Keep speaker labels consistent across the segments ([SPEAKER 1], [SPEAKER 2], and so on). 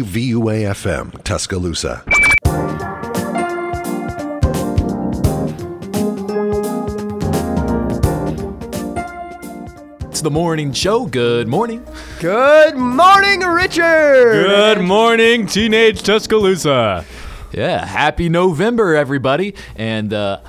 [SPEAKER 1] WVUA FM, Tuscaloosa.
[SPEAKER 2] It's the morning show. Good morning.
[SPEAKER 3] Good morning, Richard.
[SPEAKER 4] Good morning, teenage Tuscaloosa.
[SPEAKER 2] Yeah, happy November, everybody. And uh,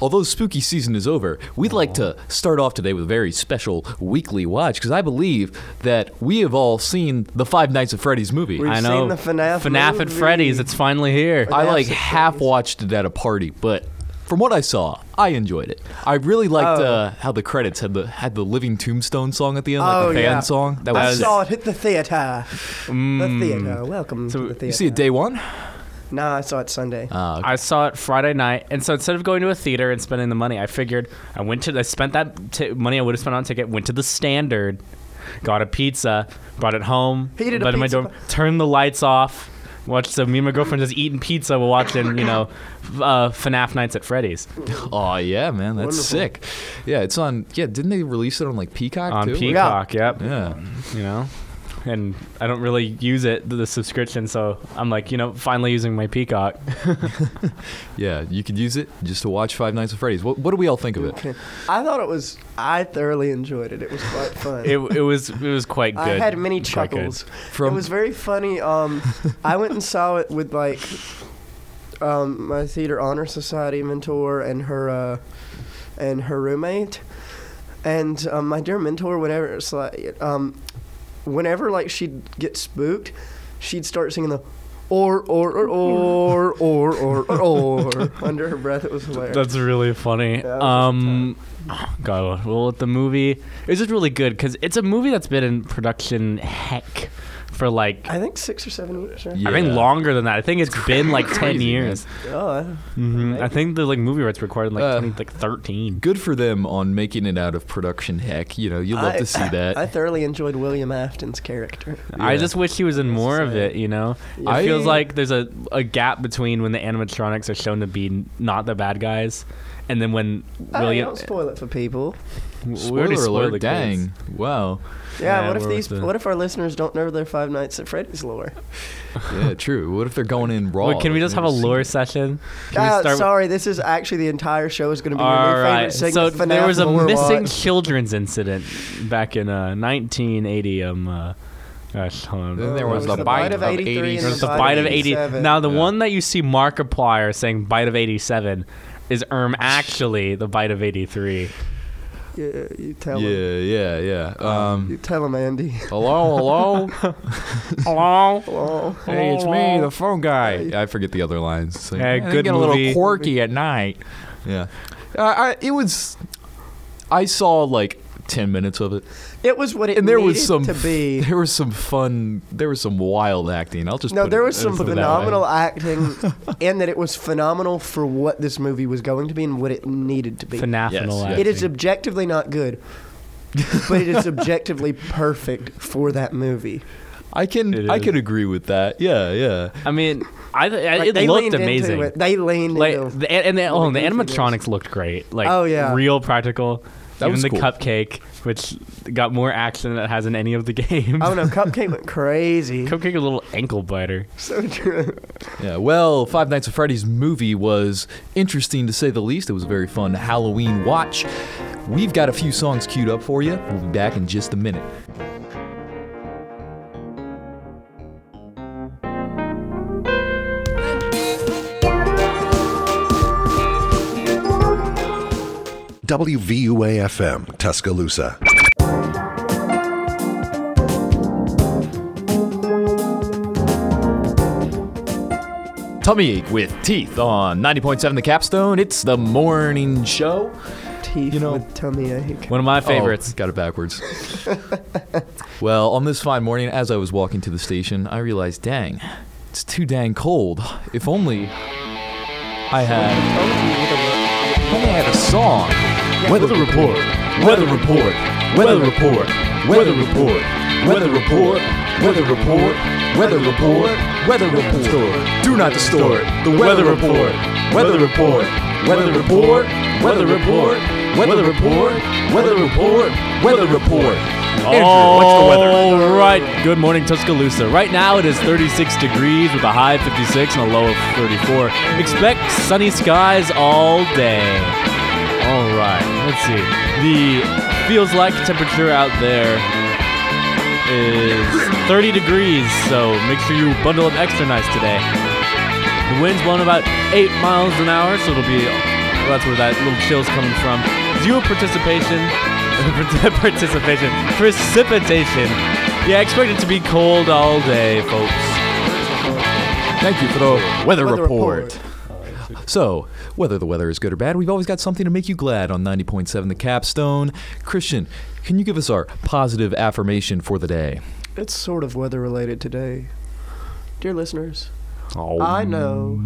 [SPEAKER 2] although spooky season is over, we'd like to start off today with a very special weekly watch because I believe that we have all seen the Five Nights at Freddy's movie.
[SPEAKER 3] We've
[SPEAKER 4] I
[SPEAKER 3] seen
[SPEAKER 4] know.
[SPEAKER 3] the FNAF
[SPEAKER 4] at
[SPEAKER 3] movie.
[SPEAKER 4] Freddy's. It's finally here.
[SPEAKER 2] I like
[SPEAKER 3] Absolutely.
[SPEAKER 2] half watched it at a party, but from what I saw, I enjoyed it. I really liked
[SPEAKER 3] Oh.
[SPEAKER 2] uh, how the credits had the had the Living Tombstone song at the end, like
[SPEAKER 3] Oh,
[SPEAKER 2] the fan
[SPEAKER 3] yeah.
[SPEAKER 2] song. That
[SPEAKER 3] I
[SPEAKER 2] was
[SPEAKER 3] saw it hit the theater. The theater. Welcome to the theater.
[SPEAKER 2] you see it day one.
[SPEAKER 3] Nah, I saw it Sunday.
[SPEAKER 4] I saw it Friday night, and so instead of going to a theater and spending the money, I figured I went to. I spent that t- money I would have spent on a ticket. Went to the Standard, got a pizza, brought it home,
[SPEAKER 3] Heated a
[SPEAKER 4] put it in my
[SPEAKER 3] pizza
[SPEAKER 4] dorm,
[SPEAKER 3] bu-
[SPEAKER 4] turned the lights off. Watched so me and my girlfriend just eating pizza while watching, you know, f- uh, FNAF Nights at Freddy's
[SPEAKER 2] Oh yeah, man, that's
[SPEAKER 3] Wonderful.
[SPEAKER 2] sick. Yeah, it's on. Yeah, didn't they release it on like Peacock
[SPEAKER 4] on
[SPEAKER 2] too?
[SPEAKER 4] Peacock. Yep.
[SPEAKER 2] Yeah.
[SPEAKER 4] you know and i don't really use it the subscription so i'm like you know finally using my peacock
[SPEAKER 2] Yeah, you could use it just to watch Five Nights at Freddy's. What, what do we all think of it?
[SPEAKER 3] Okay. I thought it was. I thoroughly enjoyed it. It was quite fun.
[SPEAKER 4] it, it was it was quite good
[SPEAKER 3] I had many
[SPEAKER 4] Quite good.
[SPEAKER 3] chuckles.
[SPEAKER 2] From-
[SPEAKER 3] it was very funny. Um, I went and saw it with like um, my theater honor society mentor and her uh, and her roommate. And um, my dear mentor, whenever it's like, um, whenever like she'd get spooked, she'd start singing the. Or or or or or or or, or under her breath. It was hilarious.
[SPEAKER 4] that's really funny
[SPEAKER 3] that was a
[SPEAKER 4] um god well with the movie it's just really good because it's a movie that's been in production heck for like
[SPEAKER 3] I think six or seven years. Right?
[SPEAKER 2] Yeah.
[SPEAKER 4] I think longer than that. I think it's been like ten
[SPEAKER 2] crazy, man.
[SPEAKER 4] years.
[SPEAKER 3] Oh, I-
[SPEAKER 4] hmm I think the like movie rights recorded in like
[SPEAKER 2] Uh,
[SPEAKER 4] 20, like thirteen.
[SPEAKER 2] Good for them on making it out of production heck. You know, you love
[SPEAKER 3] I-
[SPEAKER 2] to see that.
[SPEAKER 3] I thoroughly enjoyed William Afton's character.
[SPEAKER 4] I
[SPEAKER 2] Yeah.
[SPEAKER 4] just wish he was in more of it, you know?
[SPEAKER 2] I-
[SPEAKER 4] It feels like there's a, a gap between when the animatronics are shown to be n- not the bad guys and then when
[SPEAKER 3] Oh,
[SPEAKER 4] William.
[SPEAKER 3] don't spoil it for people.
[SPEAKER 4] w- we
[SPEAKER 2] Spoiler
[SPEAKER 4] already spoiled the
[SPEAKER 2] alert! Dang,
[SPEAKER 4] kids.
[SPEAKER 2] wow.
[SPEAKER 3] Yeah,
[SPEAKER 4] Yeah,
[SPEAKER 3] what if
[SPEAKER 4] we're
[SPEAKER 3] these?
[SPEAKER 4] with the-
[SPEAKER 3] What if our listeners don't know their Five Nights at Freddy's lore?
[SPEAKER 2] Yeah, true. What if they're going in raw?
[SPEAKER 4] Wait, can we
[SPEAKER 2] Like,
[SPEAKER 4] just have a
[SPEAKER 2] they've
[SPEAKER 4] lore
[SPEAKER 2] seen-
[SPEAKER 4] session? Can we
[SPEAKER 3] Ah,
[SPEAKER 4] start with-
[SPEAKER 3] sorry, this is actually the entire show is going to be your
[SPEAKER 4] All
[SPEAKER 3] new
[SPEAKER 4] right.
[SPEAKER 3] favorite segment.
[SPEAKER 4] So there
[SPEAKER 3] FNAF
[SPEAKER 4] was a
[SPEAKER 3] lore
[SPEAKER 4] missing
[SPEAKER 3] watch.
[SPEAKER 4] children's incident back in uh, 1980. Um, uh, gosh, hold on.
[SPEAKER 2] Then there
[SPEAKER 3] Oh,
[SPEAKER 2] was
[SPEAKER 3] it
[SPEAKER 2] the bite of
[SPEAKER 3] and
[SPEAKER 2] 80.
[SPEAKER 4] There's the
[SPEAKER 3] bite of
[SPEAKER 4] bite of 80.
[SPEAKER 3] 87.
[SPEAKER 4] Now, the
[SPEAKER 2] Yeah.
[SPEAKER 4] one that you see Markiplier saying bite of 87 is Erm actually the bite of 83.
[SPEAKER 3] Yeah, you tell
[SPEAKER 2] Yeah,
[SPEAKER 3] him.
[SPEAKER 2] yeah, yeah. Um,
[SPEAKER 3] You tell him, Andy.
[SPEAKER 2] hello, hello.
[SPEAKER 4] Hello?
[SPEAKER 3] Oh,
[SPEAKER 2] Hey, it's me, the phone guy. I forget the other lines. It's like,
[SPEAKER 4] Hey,
[SPEAKER 2] "I think
[SPEAKER 4] good
[SPEAKER 2] get a
[SPEAKER 4] movie."
[SPEAKER 2] little quirky at night. Yeah, uh, I, it was. I saw like ten minutes of it,
[SPEAKER 3] it was what it
[SPEAKER 2] and there
[SPEAKER 3] needed
[SPEAKER 2] was some.
[SPEAKER 3] to be.
[SPEAKER 2] There was some fun. There was some wild acting. I'll just
[SPEAKER 3] No,
[SPEAKER 2] put
[SPEAKER 3] there
[SPEAKER 2] it-
[SPEAKER 3] was some
[SPEAKER 2] put it that
[SPEAKER 3] phenomenal
[SPEAKER 2] way.
[SPEAKER 3] acting, and that it was phenomenal for what this movie was going to be and what it needed to be.
[SPEAKER 4] Phenomenal
[SPEAKER 2] Yes, yes.
[SPEAKER 4] acting.
[SPEAKER 3] It is objectively not good, but it is objectively perfect for that movie.
[SPEAKER 2] I
[SPEAKER 4] It
[SPEAKER 2] can I
[SPEAKER 4] is.
[SPEAKER 2] can agree with that. Yeah, yeah.
[SPEAKER 4] I mean, I, th- I
[SPEAKER 3] Like,
[SPEAKER 4] it looked
[SPEAKER 3] leaned into
[SPEAKER 4] amazing.
[SPEAKER 3] it. They leaned
[SPEAKER 4] Like
[SPEAKER 3] into
[SPEAKER 4] the, and the, oh, and the
[SPEAKER 3] goofy goes.
[SPEAKER 4] animatronics looked great. Like
[SPEAKER 3] Oh, yeah.
[SPEAKER 4] real practical.
[SPEAKER 2] That
[SPEAKER 4] Even
[SPEAKER 2] was
[SPEAKER 4] the
[SPEAKER 2] cool.
[SPEAKER 4] cupcake, which got more action than it has in any of the games.
[SPEAKER 3] Oh no, Cupcake went crazy.
[SPEAKER 4] Cupcake a little ankle biter.
[SPEAKER 3] so true.
[SPEAKER 2] Yeah, well, Five Nights at Freddy's movie was interesting to say the least. It was a very fun Halloween watch. We've got a few songs queued up for you. We'll be back in just a minute.
[SPEAKER 1] WVUA FM, Tuscaloosa.
[SPEAKER 2] Tummy ache with teeth on 90.7 The Capstone. It's the morning show.
[SPEAKER 3] Teeth
[SPEAKER 2] You know-
[SPEAKER 3] with tummy ache.
[SPEAKER 4] One of my favorites.
[SPEAKER 2] Oh, got it backwards. well, on this fine morning, as I was walking to the station, I realized, dang, it's too dang cold. If only I had, if only I had a song. Weather report. Weather report. Weather report. Weather report. Weather report. Weather report. Weather report. Weather report. Do not distort the weather report. Weather report. Weather report. Weather report. Weather report. Weather report. Weather report.
[SPEAKER 4] All right. Good morning, Tuscaloosa. Right now it is 36 degrees with a high of 56 and a low of 34. Expect sunny skies all day. All right. Let's see. The feels like temperature out there is 30 degrees, so make sure you bundle up extra nice today. The wind's blowing about 8 miles an hour, so it'll be that's where that little chill's coming from. Zero participation. participation. Precipitation. Yeah, expect it to be cold all day, folks.
[SPEAKER 2] Thank you for the weather,
[SPEAKER 3] Weather
[SPEAKER 2] report.
[SPEAKER 3] report.
[SPEAKER 2] So, whether the weather is good or bad, we've always got something to make you glad on 90.7 The Capstone. Christian, can you give us our positive affirmation for the day?
[SPEAKER 3] It's sort of weather related today. Dear listeners,
[SPEAKER 4] Oh,
[SPEAKER 3] I know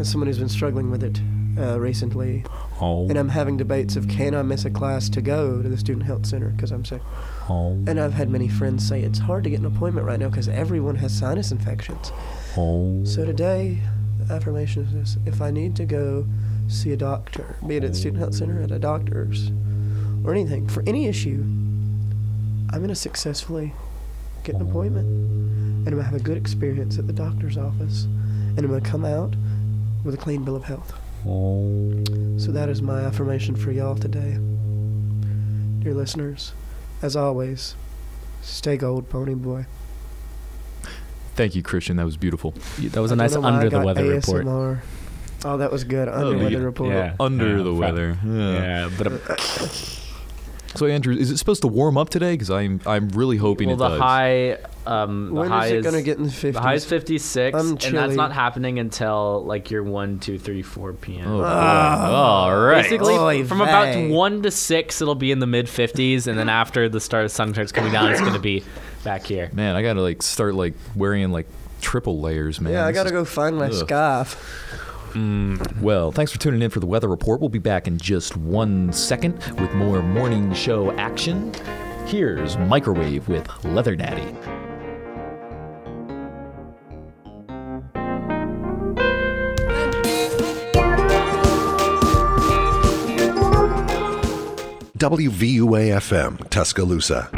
[SPEAKER 3] as someone who's been struggling with it uh, recently,
[SPEAKER 4] oh,
[SPEAKER 3] and I'm having debates of can I miss a class to go to the student health center because I'm sick.
[SPEAKER 4] oh,
[SPEAKER 3] And I've had many friends say it's hard to get an appointment right now because everyone has sinus infections.
[SPEAKER 4] oh.
[SPEAKER 3] So today, the affirmation is this: if I need to go see a doctor, be it at student health center, at a doctor's, or anything for any issue, I'm gonna successfully get an appointment, and I'm gonna have a good experience at the doctor's office, and I'm gonna come out with a clean bill of health. So that is my affirmation for y'all today, dear listeners. As always, stay gold, pony boy.
[SPEAKER 2] Thank you, Christian. That was beautiful.
[SPEAKER 4] That was a
[SPEAKER 3] I
[SPEAKER 4] nice
[SPEAKER 3] don't know why I
[SPEAKER 4] under the
[SPEAKER 3] got
[SPEAKER 4] weather report.
[SPEAKER 3] ASMR. Oh, that was good. Under
[SPEAKER 2] yeah.
[SPEAKER 3] weather report.
[SPEAKER 4] Yeah.
[SPEAKER 2] Under the
[SPEAKER 4] fa-
[SPEAKER 2] weather. Yeah.
[SPEAKER 4] Yeah, but a-
[SPEAKER 2] So, Andrew, is it supposed to warm up today? Because I'm, I'm really hoping
[SPEAKER 5] well,
[SPEAKER 2] it
[SPEAKER 5] the
[SPEAKER 2] does.
[SPEAKER 5] high, um, the
[SPEAKER 3] When
[SPEAKER 5] high
[SPEAKER 3] is it gonna get in the
[SPEAKER 5] The high is
[SPEAKER 3] 50s?
[SPEAKER 5] 56,
[SPEAKER 3] I'm
[SPEAKER 5] and that's
[SPEAKER 3] chilly.
[SPEAKER 5] not happening until like your 1, 2, 3, 4 p.m.
[SPEAKER 2] Oh, boy.
[SPEAKER 4] Ah.
[SPEAKER 2] all right.
[SPEAKER 5] Basically,
[SPEAKER 3] Oy
[SPEAKER 5] from about
[SPEAKER 3] vey.
[SPEAKER 5] 1 to 6, it'll be in the mid 50s, and then after the star sun starts coming down, it's going to be back here.
[SPEAKER 2] Man, I gotta like start like wearing like triple layers, man.
[SPEAKER 3] Yeah, I
[SPEAKER 2] This
[SPEAKER 3] gotta
[SPEAKER 2] is-
[SPEAKER 3] go find my
[SPEAKER 2] Ugh.
[SPEAKER 3] scarf.
[SPEAKER 2] Well, thanks for tuning in for the weather report. We'll be back in just one second with more morning show action. Here's Microwave with Leather Daddy.
[SPEAKER 1] WVUA FM Tuscaloosa.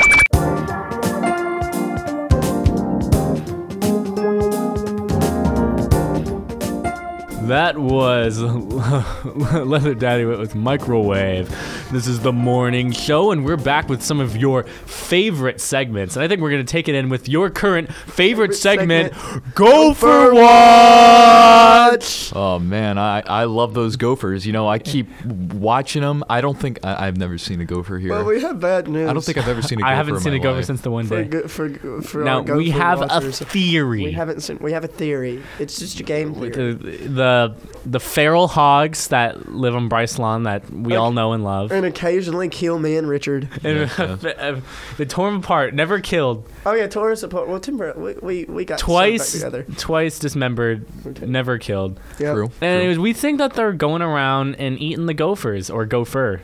[SPEAKER 4] That was Leather Daddy with Microwave. This is the morning show, and we're back with some of your favorite segments. And I think we're going to take it in with your current favorite,
[SPEAKER 3] Favorite
[SPEAKER 4] segment,
[SPEAKER 3] segment,
[SPEAKER 4] Go for Watch!
[SPEAKER 2] Oh man, I, I love those gophers. You know, I keep watching them. I don't think I, I've never seen a gopher here.
[SPEAKER 3] Well, we have bad news.
[SPEAKER 2] I don't think I've ever seen a gopher.
[SPEAKER 4] I haven't
[SPEAKER 2] in
[SPEAKER 4] seen
[SPEAKER 2] my
[SPEAKER 4] a gopher
[SPEAKER 2] life.
[SPEAKER 4] since the one
[SPEAKER 3] for,
[SPEAKER 4] day.
[SPEAKER 3] go, for, go- for
[SPEAKER 4] Now,
[SPEAKER 3] our go
[SPEAKER 4] we
[SPEAKER 3] for
[SPEAKER 4] have
[SPEAKER 3] watchers.
[SPEAKER 4] a theory.
[SPEAKER 3] We haven't seen. We have a theory. It's just a game
[SPEAKER 4] With
[SPEAKER 3] theory.
[SPEAKER 4] the, the the feral hogs that live on Bryce Lawn that we all know and love.
[SPEAKER 3] And occasionally kill me and Richard.
[SPEAKER 4] And- uh, they tore him apart, never killed.
[SPEAKER 3] Oh yeah, tore us apart. Well, Timber, we we, we got stuck
[SPEAKER 4] twice
[SPEAKER 3] back together.
[SPEAKER 4] twice dismembered
[SPEAKER 3] Okay.
[SPEAKER 4] never killed
[SPEAKER 3] Yep.
[SPEAKER 2] True.
[SPEAKER 4] and
[SPEAKER 2] true.
[SPEAKER 4] anyways we think that they're going around and eating the gophers or gopher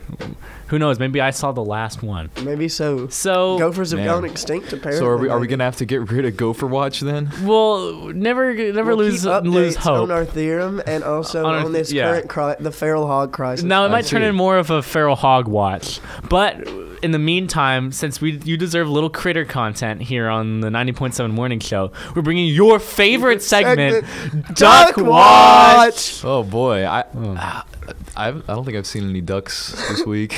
[SPEAKER 4] who knows maybe i saw the last one
[SPEAKER 3] Maybe so.
[SPEAKER 4] so
[SPEAKER 3] Gophers have
[SPEAKER 2] Man.
[SPEAKER 3] gone extinct apparently.
[SPEAKER 2] so are we are we
[SPEAKER 3] maybe.
[SPEAKER 2] gonna have to get rid of gopher watch then?
[SPEAKER 4] we'll never never
[SPEAKER 3] We'll
[SPEAKER 4] lose
[SPEAKER 3] keep updates
[SPEAKER 4] lose hope
[SPEAKER 3] on our theorem and also
[SPEAKER 4] On
[SPEAKER 3] on,
[SPEAKER 4] our th-
[SPEAKER 3] this
[SPEAKER 4] yeah.
[SPEAKER 3] current cri- the feral hog crisis.
[SPEAKER 4] now it
[SPEAKER 2] I
[SPEAKER 4] might turn
[SPEAKER 2] see.
[SPEAKER 4] in more of a feral hog watch but in the meantime since we you deserve little critter content here on the 90.7 morning show we're bringing your favorite segment, duck watch
[SPEAKER 2] Oh boy, I I, I don't think I've seen any ducks this week.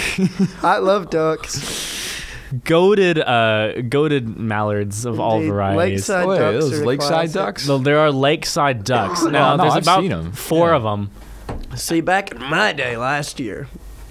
[SPEAKER 3] I love ducks.
[SPEAKER 4] goaded uh goaded mallards of all
[SPEAKER 3] Indeed.
[SPEAKER 4] varieties
[SPEAKER 3] Lakeside
[SPEAKER 2] Oh, yeah,
[SPEAKER 3] ducks
[SPEAKER 2] those
[SPEAKER 3] are a
[SPEAKER 2] lakeside
[SPEAKER 3] classic.
[SPEAKER 2] ducks.
[SPEAKER 4] No, there are lakeside ducks. Now
[SPEAKER 2] no,
[SPEAKER 4] there's
[SPEAKER 2] I've
[SPEAKER 4] about
[SPEAKER 2] seen 'em.
[SPEAKER 4] four
[SPEAKER 2] Yeah.
[SPEAKER 4] of 'em. of them.
[SPEAKER 3] See, back in my day last year,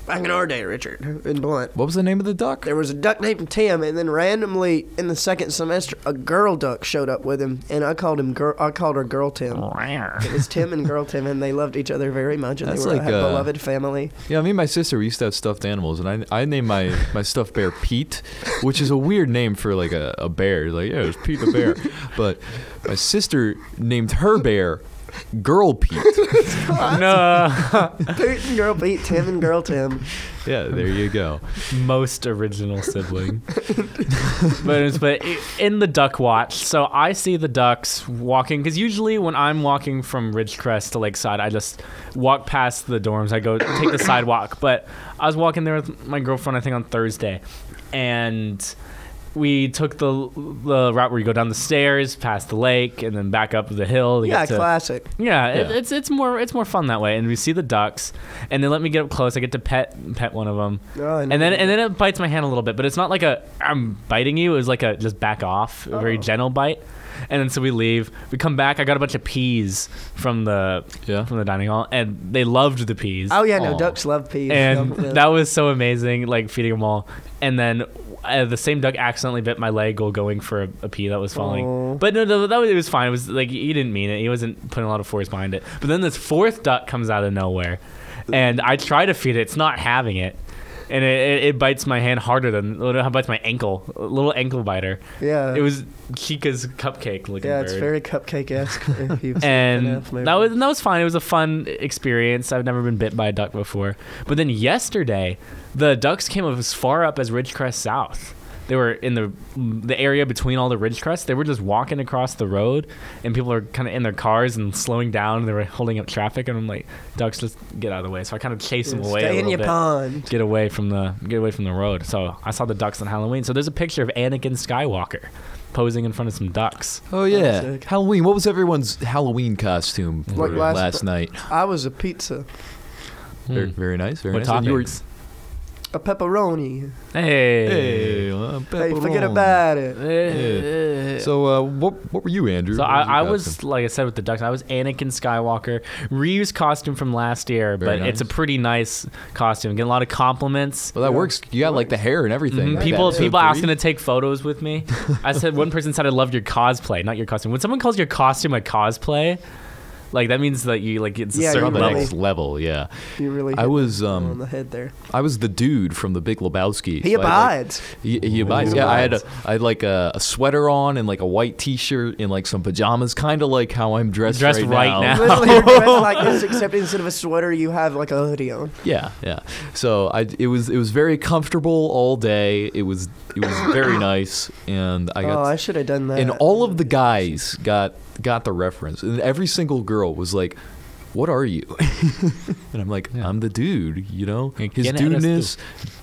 [SPEAKER 3] back in our day, Richard, in Blunt,
[SPEAKER 2] What was the name of the duck?
[SPEAKER 3] there was a duck named Tim, and then randomly in the second semester, a girl duck showed up with him, and I called him girl. I called her Girl Tim. It was Tim and Girl Tim, and they loved each other very much, and
[SPEAKER 2] That's
[SPEAKER 3] they were
[SPEAKER 2] like,
[SPEAKER 3] a
[SPEAKER 2] uh,
[SPEAKER 3] beloved family.
[SPEAKER 2] Yeah, me and my sister we used to have stuffed animals, and I I named my my stuffed bear Pete, which is a weird name for like a, a bear. Like yeah, it was Pete the bear, but my sister named her bear Girl Pete.
[SPEAKER 4] no,
[SPEAKER 3] Pete and girl Pete, Tim and girl Tim.
[SPEAKER 2] yeah, there you go.
[SPEAKER 4] most original sibling. but it's, but i- in the duck watch, so I see the ducks walking because usually when I'm walking from Ridgecrest to Lakeside, I just walk past the dorms. I go take the sidewalk. But I was walking there with my girlfriend, I think on Thursday, and we took the the route where you go down the stairs, past the lake, and then back up the hill. to
[SPEAKER 3] Yeah,
[SPEAKER 4] get to-
[SPEAKER 3] classic.
[SPEAKER 4] Yeah, It,
[SPEAKER 2] Yeah.
[SPEAKER 4] it's it's more it's more fun that way. And we see the ducks, and they let me get up close. I get to pet pet one of them,
[SPEAKER 3] Oh,
[SPEAKER 4] and then and then it bites my hand a little bit. But it's not like a I'm biting you. It was like a just back off, a very
[SPEAKER 3] Oh.
[SPEAKER 4] gentle bite. And then so we leave. We come back. I got a bunch of peas from the
[SPEAKER 2] Yeah.
[SPEAKER 4] from the dining hall, and they loved the peas.
[SPEAKER 3] oh yeah, no,
[SPEAKER 2] Aw.
[SPEAKER 3] ducks love peas.
[SPEAKER 4] And
[SPEAKER 3] Love-
[SPEAKER 4] that was so amazing, like feeding them all. And then uh, the same duck accidentally bit my leg while going for a, a pea that was falling.
[SPEAKER 3] Aw.
[SPEAKER 4] But no, no, that was, it was fine. It was like he didn't mean it. He wasn't putting a lot of force behind it. But then this fourth duck comes out of nowhere, and I try to feed it. It's not having it. And it, it, it bites my hand harder than it bites my ankle, a little ankle biter.
[SPEAKER 3] yeah,
[SPEAKER 4] It was Chica's cupcake looking
[SPEAKER 3] Uh. yeah,
[SPEAKER 4] bird
[SPEAKER 3] it's very cupcake esque.
[SPEAKER 4] and that was and that was fun. It was a fun experience. I've never been bit by a duck before. But then yesterday, the ducks came as far up as Ridgecrest South. They were in the the area between all the Ridgecrest. They were just walking across the road, and people are kind of in their cars and slowing down. And they were holding up traffic, and I'm like, ducks, just get out of the way. So I kind of chase them away. a
[SPEAKER 3] Stay in
[SPEAKER 4] little
[SPEAKER 3] your
[SPEAKER 4] bit
[SPEAKER 3] pond.
[SPEAKER 4] get away from the get away from the road. So I saw the ducks on Halloween. So there's a picture of Anakin Skywalker posing in front of some ducks.
[SPEAKER 2] Oh yeah,
[SPEAKER 3] sick.
[SPEAKER 2] Halloween. What was everyone's Halloween costume for
[SPEAKER 3] Like last-
[SPEAKER 2] last, night?
[SPEAKER 3] I was a pizza,
[SPEAKER 2] Very,
[SPEAKER 4] Hmm.
[SPEAKER 2] very nice. Very
[SPEAKER 4] What
[SPEAKER 2] nice. And you were-
[SPEAKER 4] toppings?
[SPEAKER 3] a pepperoni.
[SPEAKER 4] Hey.
[SPEAKER 2] Hey, uh,
[SPEAKER 3] Hey, forget
[SPEAKER 2] pepperoni.
[SPEAKER 3] about it.
[SPEAKER 4] So,
[SPEAKER 2] So, uh, what what were you, Andrew?
[SPEAKER 4] so
[SPEAKER 2] What was
[SPEAKER 4] I, I
[SPEAKER 2] your
[SPEAKER 4] was,
[SPEAKER 2] costume?
[SPEAKER 4] like I said with the ducks, I was Anakin Skywalker. Ryu's costume from last year,
[SPEAKER 2] Very
[SPEAKER 4] but it's a
[SPEAKER 2] nice.
[SPEAKER 4] pretty nice costume. Getting a lot of compliments.
[SPEAKER 2] Well, that
[SPEAKER 3] Yeah.
[SPEAKER 2] works. You got like the hair and everything.
[SPEAKER 4] Mhm.
[SPEAKER 2] like
[SPEAKER 4] People,
[SPEAKER 2] that.
[SPEAKER 4] people
[SPEAKER 2] So
[SPEAKER 4] asking
[SPEAKER 2] three-
[SPEAKER 4] to take photos with me. I said one person said I loved your cosplay, not your costume. When someone calls your costume a cosplay, like that means that you like it's
[SPEAKER 3] Yeah,
[SPEAKER 4] a
[SPEAKER 3] you
[SPEAKER 2] You're on
[SPEAKER 4] certain
[SPEAKER 2] the
[SPEAKER 3] really-
[SPEAKER 4] level.
[SPEAKER 2] next level. Yeah,
[SPEAKER 3] You really.
[SPEAKER 2] I
[SPEAKER 3] hit
[SPEAKER 2] was
[SPEAKER 3] the nail on the
[SPEAKER 2] um,
[SPEAKER 3] head there.
[SPEAKER 2] I was the dude from the Big Lebowski.
[SPEAKER 3] He
[SPEAKER 2] so I, like,
[SPEAKER 3] abides.
[SPEAKER 2] He, he abides.
[SPEAKER 3] He
[SPEAKER 2] Yeah, I had a,
[SPEAKER 3] abides.
[SPEAKER 2] I had like a, a sweater on and like a white T-shirt and like some pajamas, kind of like how I'm dressed,
[SPEAKER 4] Dressed right now.
[SPEAKER 3] Literally,
[SPEAKER 2] Oh.
[SPEAKER 3] you're dressed like this, except instead of a sweater, you have like a hoodie on.
[SPEAKER 2] Yeah, yeah. So I, it was it was very comfortable all day. It was it was very nice, and I got
[SPEAKER 3] oh, I should have done that.
[SPEAKER 2] and all of the guys got got the reference, and every single girl was like. What are you? and I'm like, I'm the dude, you know?
[SPEAKER 4] Yeah,
[SPEAKER 2] His
[SPEAKER 4] get at us,
[SPEAKER 2] dudeness,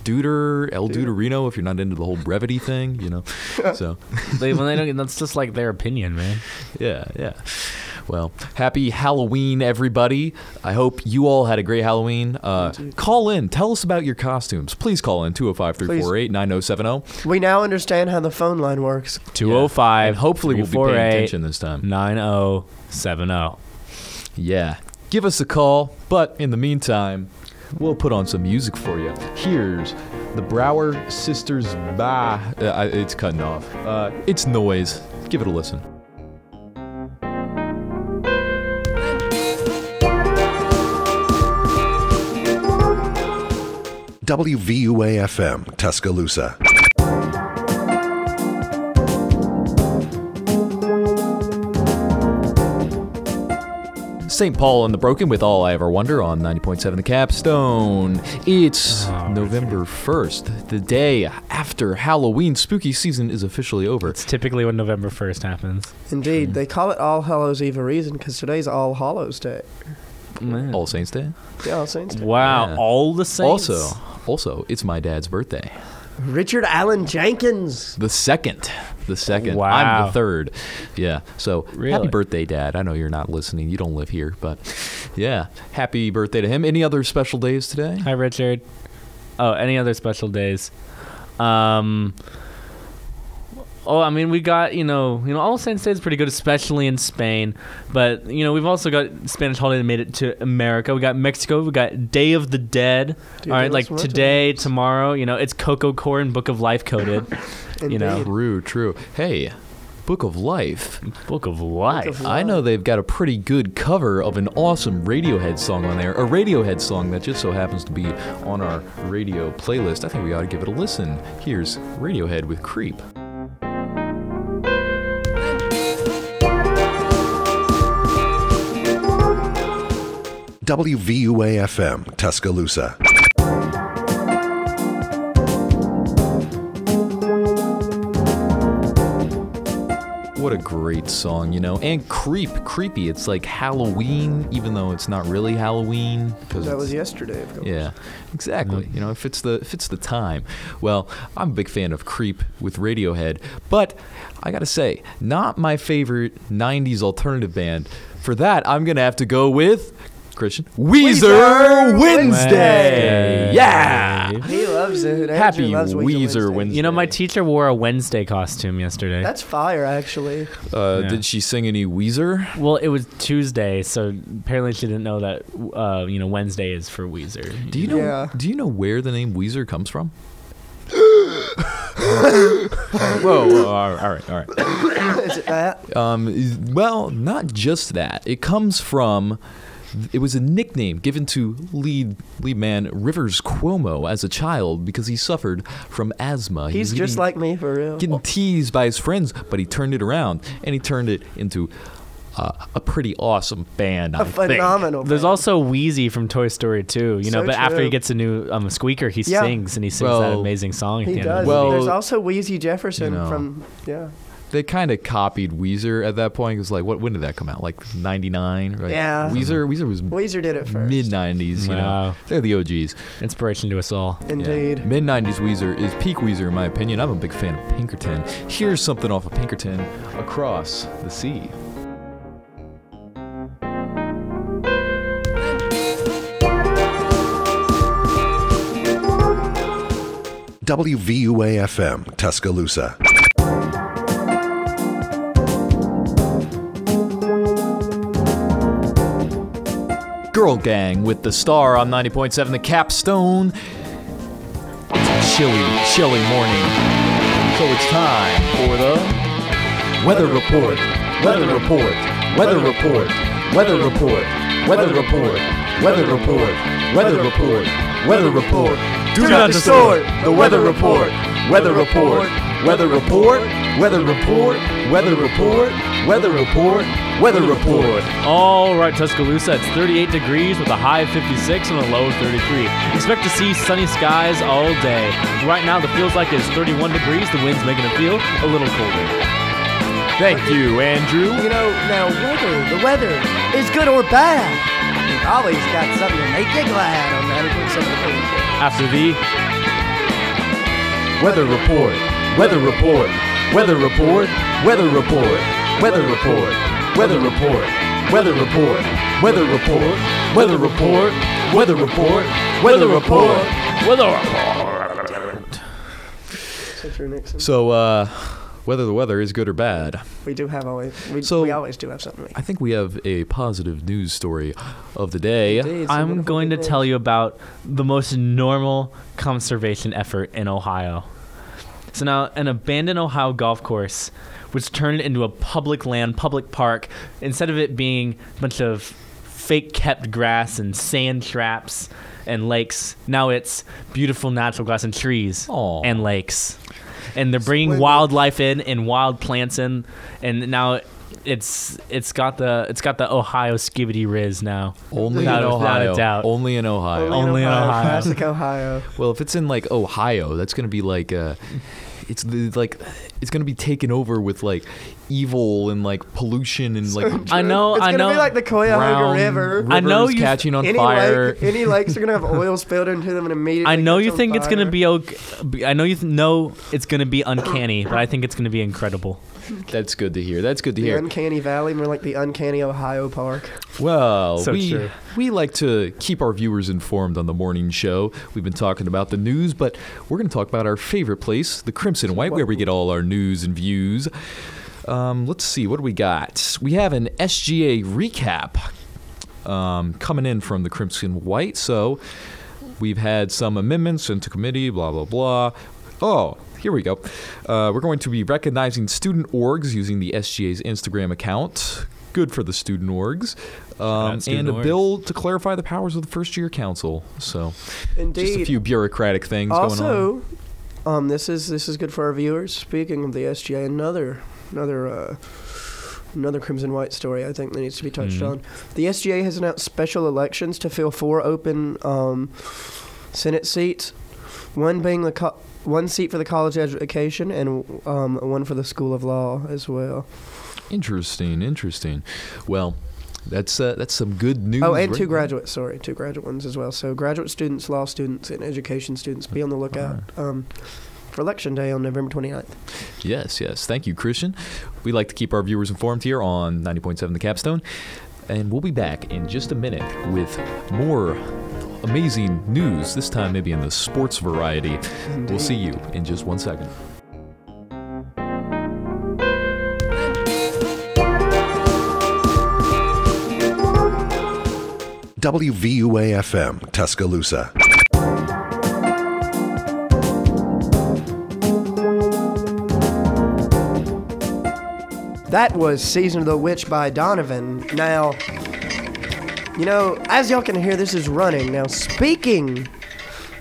[SPEAKER 2] duder, El Duderino, if you're not into the whole brevity thing, you know? So,
[SPEAKER 4] they, when they don't, that's just like their opinion, man.
[SPEAKER 2] yeah, yeah. Well, happy Halloween, everybody. I hope you all had a great Halloween. Uh, call in. Tell us about your costumes. Please call in 205 348 9070.
[SPEAKER 3] we now understand how the phone line works.
[SPEAKER 4] Two oh five.
[SPEAKER 2] Hopefully, we'll be paying attention this time.
[SPEAKER 4] Nine oh seven oh.
[SPEAKER 2] Yeah. Give us a call, but in the meantime, we'll put on some music for you. Here's the Brower Sisters Bah. Uh, I- it's cutting off. Uh, it's noise. Give it a listen.
[SPEAKER 1] WVUA FM Tuscaloosa.
[SPEAKER 2] St. Paul and the Broken with All I Ever Wonder on 90.7 The Capstone. It's November 1st, the day after Halloween. Spooky season is officially over.
[SPEAKER 4] It's typically when November first happens.
[SPEAKER 3] Indeed,
[SPEAKER 2] Hmm.
[SPEAKER 3] they call it All Hallows Eve a reason because today's All Hallows Day.
[SPEAKER 2] All Saints Day.
[SPEAKER 3] Yeah, All Saints Day.
[SPEAKER 4] Wow,
[SPEAKER 2] Yeah.
[SPEAKER 4] all the same.
[SPEAKER 2] Also, also, it's my dad's birthday.
[SPEAKER 3] Richard Allen Jenkins.
[SPEAKER 2] The second. The second. I'm
[SPEAKER 4] Wow.
[SPEAKER 2] the third. Yeah. So happy
[SPEAKER 4] Really?
[SPEAKER 2] birthday, Dad. I know you're not listening. You don't live here, but yeah. Happy birthday to him. Any other special days today?
[SPEAKER 4] Hi, Richard. Oh, any other special days? Um. Oh, I mean, we got you know, you know, All Saints Day is pretty good, especially in Spain. But you know, we've also got Spanish holiday that made it to America. We got Mexico. We got Day of the Dead.
[SPEAKER 3] Dude,
[SPEAKER 4] All
[SPEAKER 3] that
[SPEAKER 4] right,
[SPEAKER 3] was
[SPEAKER 4] like
[SPEAKER 3] one of
[SPEAKER 4] today, tomorrow. You know, it's Coco Corn, Book of Life coded. you know,
[SPEAKER 2] True, true. Hey, Book of Life.
[SPEAKER 4] Book of Life.
[SPEAKER 3] Book of
[SPEAKER 2] I know they've got a pretty good cover of an awesome Radiohead song on there, a Radiohead song that just so happens to be on our radio playlist. I think we ought to give it a listen. Here's Radiohead with Creep.
[SPEAKER 1] WVUA FM, Tuscaloosa.
[SPEAKER 2] What a great song, you know. And creep, creepy. It's like Halloween, even though it's not really Halloween. 'cause
[SPEAKER 3] That
[SPEAKER 2] it's-
[SPEAKER 3] was yesterday, of course.
[SPEAKER 2] Yeah, exactly. You know, it fits the it fits the time. Well, I'm a big fan of Creep with Radiohead, but I gotta say, not my favorite '90s alternative band. For that, I'm gonna have to go with Christian Weezer,
[SPEAKER 3] Weezer
[SPEAKER 2] Wednesday.
[SPEAKER 4] Wednesday.
[SPEAKER 2] Yeah.
[SPEAKER 3] He loves it. Andrew
[SPEAKER 2] Happy
[SPEAKER 3] loves
[SPEAKER 2] Weezer
[SPEAKER 3] Wednesday.
[SPEAKER 2] Wednesday.
[SPEAKER 4] You know, my teacher wore a Wednesday costume yesterday.
[SPEAKER 3] That's fire, actually.
[SPEAKER 2] Uh,
[SPEAKER 4] Yeah.
[SPEAKER 2] Did she sing any Weezer?
[SPEAKER 4] well, it was Tuesday, so apparently she didn't know that uh, you know Wednesday is for Weezer.
[SPEAKER 2] Do you know?
[SPEAKER 3] Yeah.
[SPEAKER 2] Do you know where the name Weezer comes from? whoa, whoa! All right, all right.
[SPEAKER 3] Is it that?
[SPEAKER 2] Um, is- well, not just that. It comes from. It was a nickname given to lead lead man Rivers Cuomo as a child because he suffered from asthma. He
[SPEAKER 3] He's
[SPEAKER 2] was
[SPEAKER 3] just
[SPEAKER 2] getting-
[SPEAKER 3] like me for real.
[SPEAKER 2] getting teased by his friends, but he turned it around and he turned it into uh, a pretty awesome band. I
[SPEAKER 3] A
[SPEAKER 2] think.
[SPEAKER 3] phenomenal.
[SPEAKER 4] There's
[SPEAKER 3] band.
[SPEAKER 4] also Wheezy from Toy Story 2, you know,
[SPEAKER 3] So
[SPEAKER 4] but after
[SPEAKER 3] true.
[SPEAKER 4] he gets a new um, squeaker, he
[SPEAKER 3] Yeah.
[SPEAKER 4] sings and he sings that
[SPEAKER 2] Well,
[SPEAKER 4] amazing song at
[SPEAKER 3] he
[SPEAKER 4] the end
[SPEAKER 3] does.
[SPEAKER 4] of the
[SPEAKER 2] Well-
[SPEAKER 4] movie.
[SPEAKER 3] There's also Wheezy Jefferson
[SPEAKER 2] you know.
[SPEAKER 3] from yeah.
[SPEAKER 2] They kind of copied Weezer at that point. It was like, what? When did that come out? Like '99, right?
[SPEAKER 3] Yeah.
[SPEAKER 2] Weezer. Weezer was
[SPEAKER 3] Weezer did it first.
[SPEAKER 2] mid '90s. You know,
[SPEAKER 4] Wow.
[SPEAKER 2] they're the OGs.
[SPEAKER 4] Inspiration to us all.
[SPEAKER 3] Indeed.
[SPEAKER 2] Mid 90s Weezer is peak Weezer, in my opinion. I'm a big fan of Pinkerton. Here's something off of Pinkerton across the sea.
[SPEAKER 1] WVUA FM, Tuscaloosa.
[SPEAKER 2] Girl Gang with the star on 90.7, the capstone. It's a chilly, chilly morning. So it's time for the Weather Report. Weather Report. Weather Report. Weather Report. Weather Report. Weather Report. Weather Report. Weather Report. Do not distort the Weather Report. Weather Report. Weather Report. Weather Report. Weather Report. Weather Report. Weather Report.
[SPEAKER 6] All right, Tuscaloosa, it's 38 degrees with a high of 56 and a low of 33. Expect to see sunny skies all day. Right now, the feels like it's 31 degrees. The wind's making it feel a little colder.
[SPEAKER 2] Thank you, Andrew.
[SPEAKER 3] You know, now weather, the weather is good or bad. You've always got something to make you glad on that.
[SPEAKER 6] After the
[SPEAKER 2] Weather report. Weather report. Weather report. Weather report. Weather report. Weather report. Weather report. Weather report. Weather report. Weather report. Weather report.
[SPEAKER 3] Central Nixon.
[SPEAKER 2] So, uh, whether the weather is good or bad,
[SPEAKER 3] We do have always, we,
[SPEAKER 2] So-
[SPEAKER 3] we always do have something. to make-
[SPEAKER 2] I think we have a positive news story of the day.
[SPEAKER 3] It's a
[SPEAKER 4] I'm
[SPEAKER 3] wonderful
[SPEAKER 4] going to
[SPEAKER 3] day.
[SPEAKER 4] tell you about the most normal conservation effort in Ohio. So now, an abandoned Ohio golf course was turned into a public land, public park. Instead of it being a bunch of fake kept grass and sand traps and lakes, now it's beautiful natural grass and trees
[SPEAKER 2] Aw.
[SPEAKER 4] and lakes. And they're bringing
[SPEAKER 3] Splendid.
[SPEAKER 4] wildlife in and wild plants in, and now it's it's got the it's got the Ohio skibidi riz now.
[SPEAKER 2] Only
[SPEAKER 4] Without-
[SPEAKER 2] in
[SPEAKER 4] without a
[SPEAKER 2] Ohio.
[SPEAKER 4] doubt.
[SPEAKER 2] Only in Ohio.
[SPEAKER 4] Only in Ohio.
[SPEAKER 3] Classic Ohio.
[SPEAKER 2] Well, if it's in like Ohio, that's gonna be like uh, it's the, like it's gonna be taken over with like evil and like pollution and like
[SPEAKER 4] I know,
[SPEAKER 3] it's
[SPEAKER 4] I
[SPEAKER 3] gonna
[SPEAKER 4] know.
[SPEAKER 3] be like the Cuyahoga
[SPEAKER 2] brown
[SPEAKER 3] River.
[SPEAKER 4] I know
[SPEAKER 2] rivers
[SPEAKER 4] you-
[SPEAKER 2] catching on
[SPEAKER 3] any
[SPEAKER 2] fire.
[SPEAKER 3] lake, any lakes are gonna have oil spilled into them and immediately.
[SPEAKER 4] I know
[SPEAKER 3] catch
[SPEAKER 4] you
[SPEAKER 3] on
[SPEAKER 4] think it's gonna
[SPEAKER 3] fire.
[SPEAKER 4] be okay. I know you th- know it's gonna be uncanny, but I think it's gonna be incredible.
[SPEAKER 2] That's good to hear. That's good to
[SPEAKER 3] the
[SPEAKER 2] hear.
[SPEAKER 3] uncanny valley, more like the uncanny Ohio Park.
[SPEAKER 2] Well,
[SPEAKER 4] So
[SPEAKER 2] we
[SPEAKER 4] true.
[SPEAKER 2] we like to keep our viewers informed on the morning show. We've been talking about the news, but we're going to talk about our favorite place, the Crimson and White, where we get all our news and views. Um, let's see what do we got. We have an SGA recap um, coming in from the Crimson and White. So we've had some amendments into committee. Blah blah blah. Oh. Here we go. Uh, we're going to be recognizing student orgs using the SGA's Instagram account. Good for the student orgs. Um,
[SPEAKER 6] That's good
[SPEAKER 2] and a
[SPEAKER 6] noise.
[SPEAKER 2] bill to clarify the powers of the first year council. So,
[SPEAKER 3] Indeed.
[SPEAKER 2] just a few bureaucratic things going on.
[SPEAKER 3] also, um, this is this is good for our viewers. Speaking of the SGA, another another uh, another Crimson White story I think that needs to be touched
[SPEAKER 2] Mm-hmm.
[SPEAKER 3] on. The SGA has announced special elections to fill four open um, Senate seats, one being the co- one seat for the College of Education and um, one for the School of Law as well.
[SPEAKER 2] Interesting, interesting. Well, that's uh, that's some good news.
[SPEAKER 3] Oh,
[SPEAKER 2] right
[SPEAKER 3] and two
[SPEAKER 2] there.
[SPEAKER 3] graduate, sorry, two graduate ones as well. So graduate students, law students, and education students, be on the lookout um, for election day on November 29th.
[SPEAKER 2] Yes, yes. Thank you, Christian. We like to keep our viewers informed here on 90.7 The Capstone. And we'll be back in just a minute with more amazing news, this time maybe in the sports variety. We'll see you in just one second.
[SPEAKER 1] WVUA FM Tuscaloosa.
[SPEAKER 3] That was Season of the Witch by Donovan. Now, you know, as y'all can hear, this is running. Now, speaking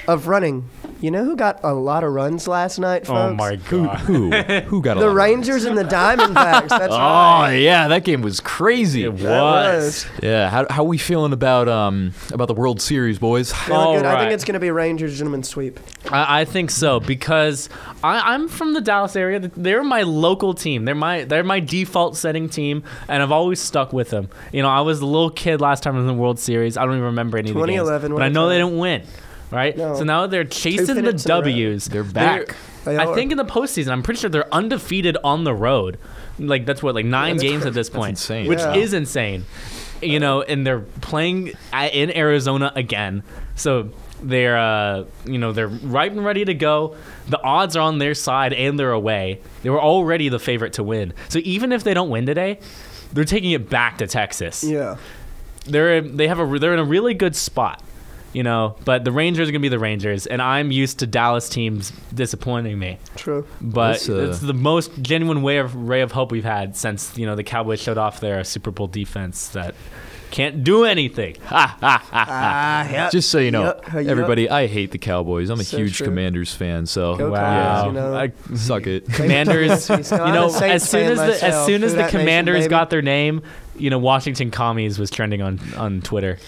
[SPEAKER 3] of running, you know who got a lot of runs last night, folks?
[SPEAKER 4] Oh my god.
[SPEAKER 2] Who? Who got a
[SPEAKER 3] The
[SPEAKER 2] lot of-
[SPEAKER 3] Rangers and the Diamondbacks. That's
[SPEAKER 2] Oh
[SPEAKER 3] right.
[SPEAKER 2] yeah, that game was crazy.
[SPEAKER 4] It
[SPEAKER 3] That
[SPEAKER 4] was.
[SPEAKER 3] was.
[SPEAKER 2] Yeah, how how we feeling about um about the World Series, boys?
[SPEAKER 3] Feeling
[SPEAKER 4] All
[SPEAKER 3] good. I think
[SPEAKER 4] right.
[SPEAKER 3] it's going to be Rangers gentlemen sweep.
[SPEAKER 4] I, I think so because I, I'm from the Dallas area. They're my local team. They're my they're my default setting team, and I've always stuck with them. You know, I was a little kid last time I was in the World Series. I don't even remember any of the games,
[SPEAKER 3] 2011
[SPEAKER 4] but I know
[SPEAKER 3] was
[SPEAKER 4] they
[SPEAKER 3] it?
[SPEAKER 4] didn't win. Right,
[SPEAKER 3] No.
[SPEAKER 4] so now they're chasing the
[SPEAKER 3] finishes in a row.
[SPEAKER 4] W's.
[SPEAKER 2] They're back.
[SPEAKER 3] They
[SPEAKER 4] I
[SPEAKER 3] are.
[SPEAKER 4] think in the postseason, I'm pretty sure they're undefeated on the road. Like that's what, like nine games at this point,
[SPEAKER 2] insane.
[SPEAKER 4] which
[SPEAKER 3] Yeah.
[SPEAKER 4] is insane. You know, and they're playing a- in Arizona again, so they're uh, you know they're ripe and ready to go. The odds are on their side, and they're away. They were already the favorite to win, so even if they don't win today, they're taking it back to Texas
[SPEAKER 3] Yeah.
[SPEAKER 4] they're they have a they're in a really good spot, you know. But the Rangers are gonna be the Rangers, and I'm used to Dallas teams disappointing me.
[SPEAKER 3] True.
[SPEAKER 4] But
[SPEAKER 2] That's, uh,
[SPEAKER 4] it's the most genuine way of ray of hope we've had since you know the Cowboys showed off their Super Bowl defense that can't do anything. Ha ha ha.
[SPEAKER 3] Ah, yeah.
[SPEAKER 2] Just so you know,
[SPEAKER 3] Yep, yep.
[SPEAKER 2] everybody, I hate the Cowboys. I'm a
[SPEAKER 3] So
[SPEAKER 2] huge
[SPEAKER 3] true.
[SPEAKER 2] Commanders fan, so
[SPEAKER 3] Go
[SPEAKER 4] Wow,
[SPEAKER 3] Cowboys, you know.
[SPEAKER 4] I-
[SPEAKER 2] suck it.
[SPEAKER 4] Commanders. you
[SPEAKER 3] He's not
[SPEAKER 4] know,
[SPEAKER 3] a Saints
[SPEAKER 4] as soon
[SPEAKER 3] fan
[SPEAKER 4] as the as
[SPEAKER 3] myself.
[SPEAKER 4] soon as
[SPEAKER 3] Who
[SPEAKER 4] the
[SPEAKER 3] dat nation,
[SPEAKER 4] Commanders
[SPEAKER 3] baby?
[SPEAKER 4] got their name, you know, Washington commies was trending on on Twitter.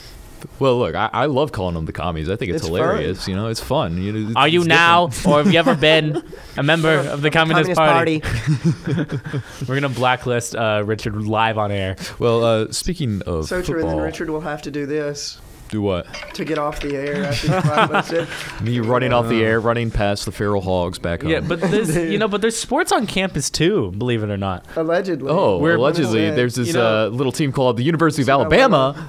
[SPEAKER 2] Well, look, I, I love calling them the commies. I think it's,
[SPEAKER 3] It's fun.
[SPEAKER 2] hilarious. You know, it's fun. You know, it's-
[SPEAKER 4] Are you
[SPEAKER 2] it's
[SPEAKER 4] now,
[SPEAKER 2] different.
[SPEAKER 4] or have you ever been a member of the Communist,
[SPEAKER 3] Communist
[SPEAKER 4] Party?
[SPEAKER 3] Party.
[SPEAKER 4] We're gonna blacklist uh, Richard live on air.
[SPEAKER 2] Well, uh, speaking of
[SPEAKER 3] So true. And
[SPEAKER 2] football,
[SPEAKER 3] then Richard will have to do this
[SPEAKER 2] do what?
[SPEAKER 3] to get off the air after he's probably about to-
[SPEAKER 2] Me running off the air, running past the feral hogs back home.
[SPEAKER 4] Uh, Yeah, but there's you know, but there's sports on campus too. Believe it or not.
[SPEAKER 3] Allegedly.
[SPEAKER 2] oh,
[SPEAKER 4] We're-
[SPEAKER 2] allegedly,
[SPEAKER 3] Yeah.
[SPEAKER 2] there's this
[SPEAKER 4] You know-
[SPEAKER 2] uh, little team called the University of Alabama.
[SPEAKER 3] Oh,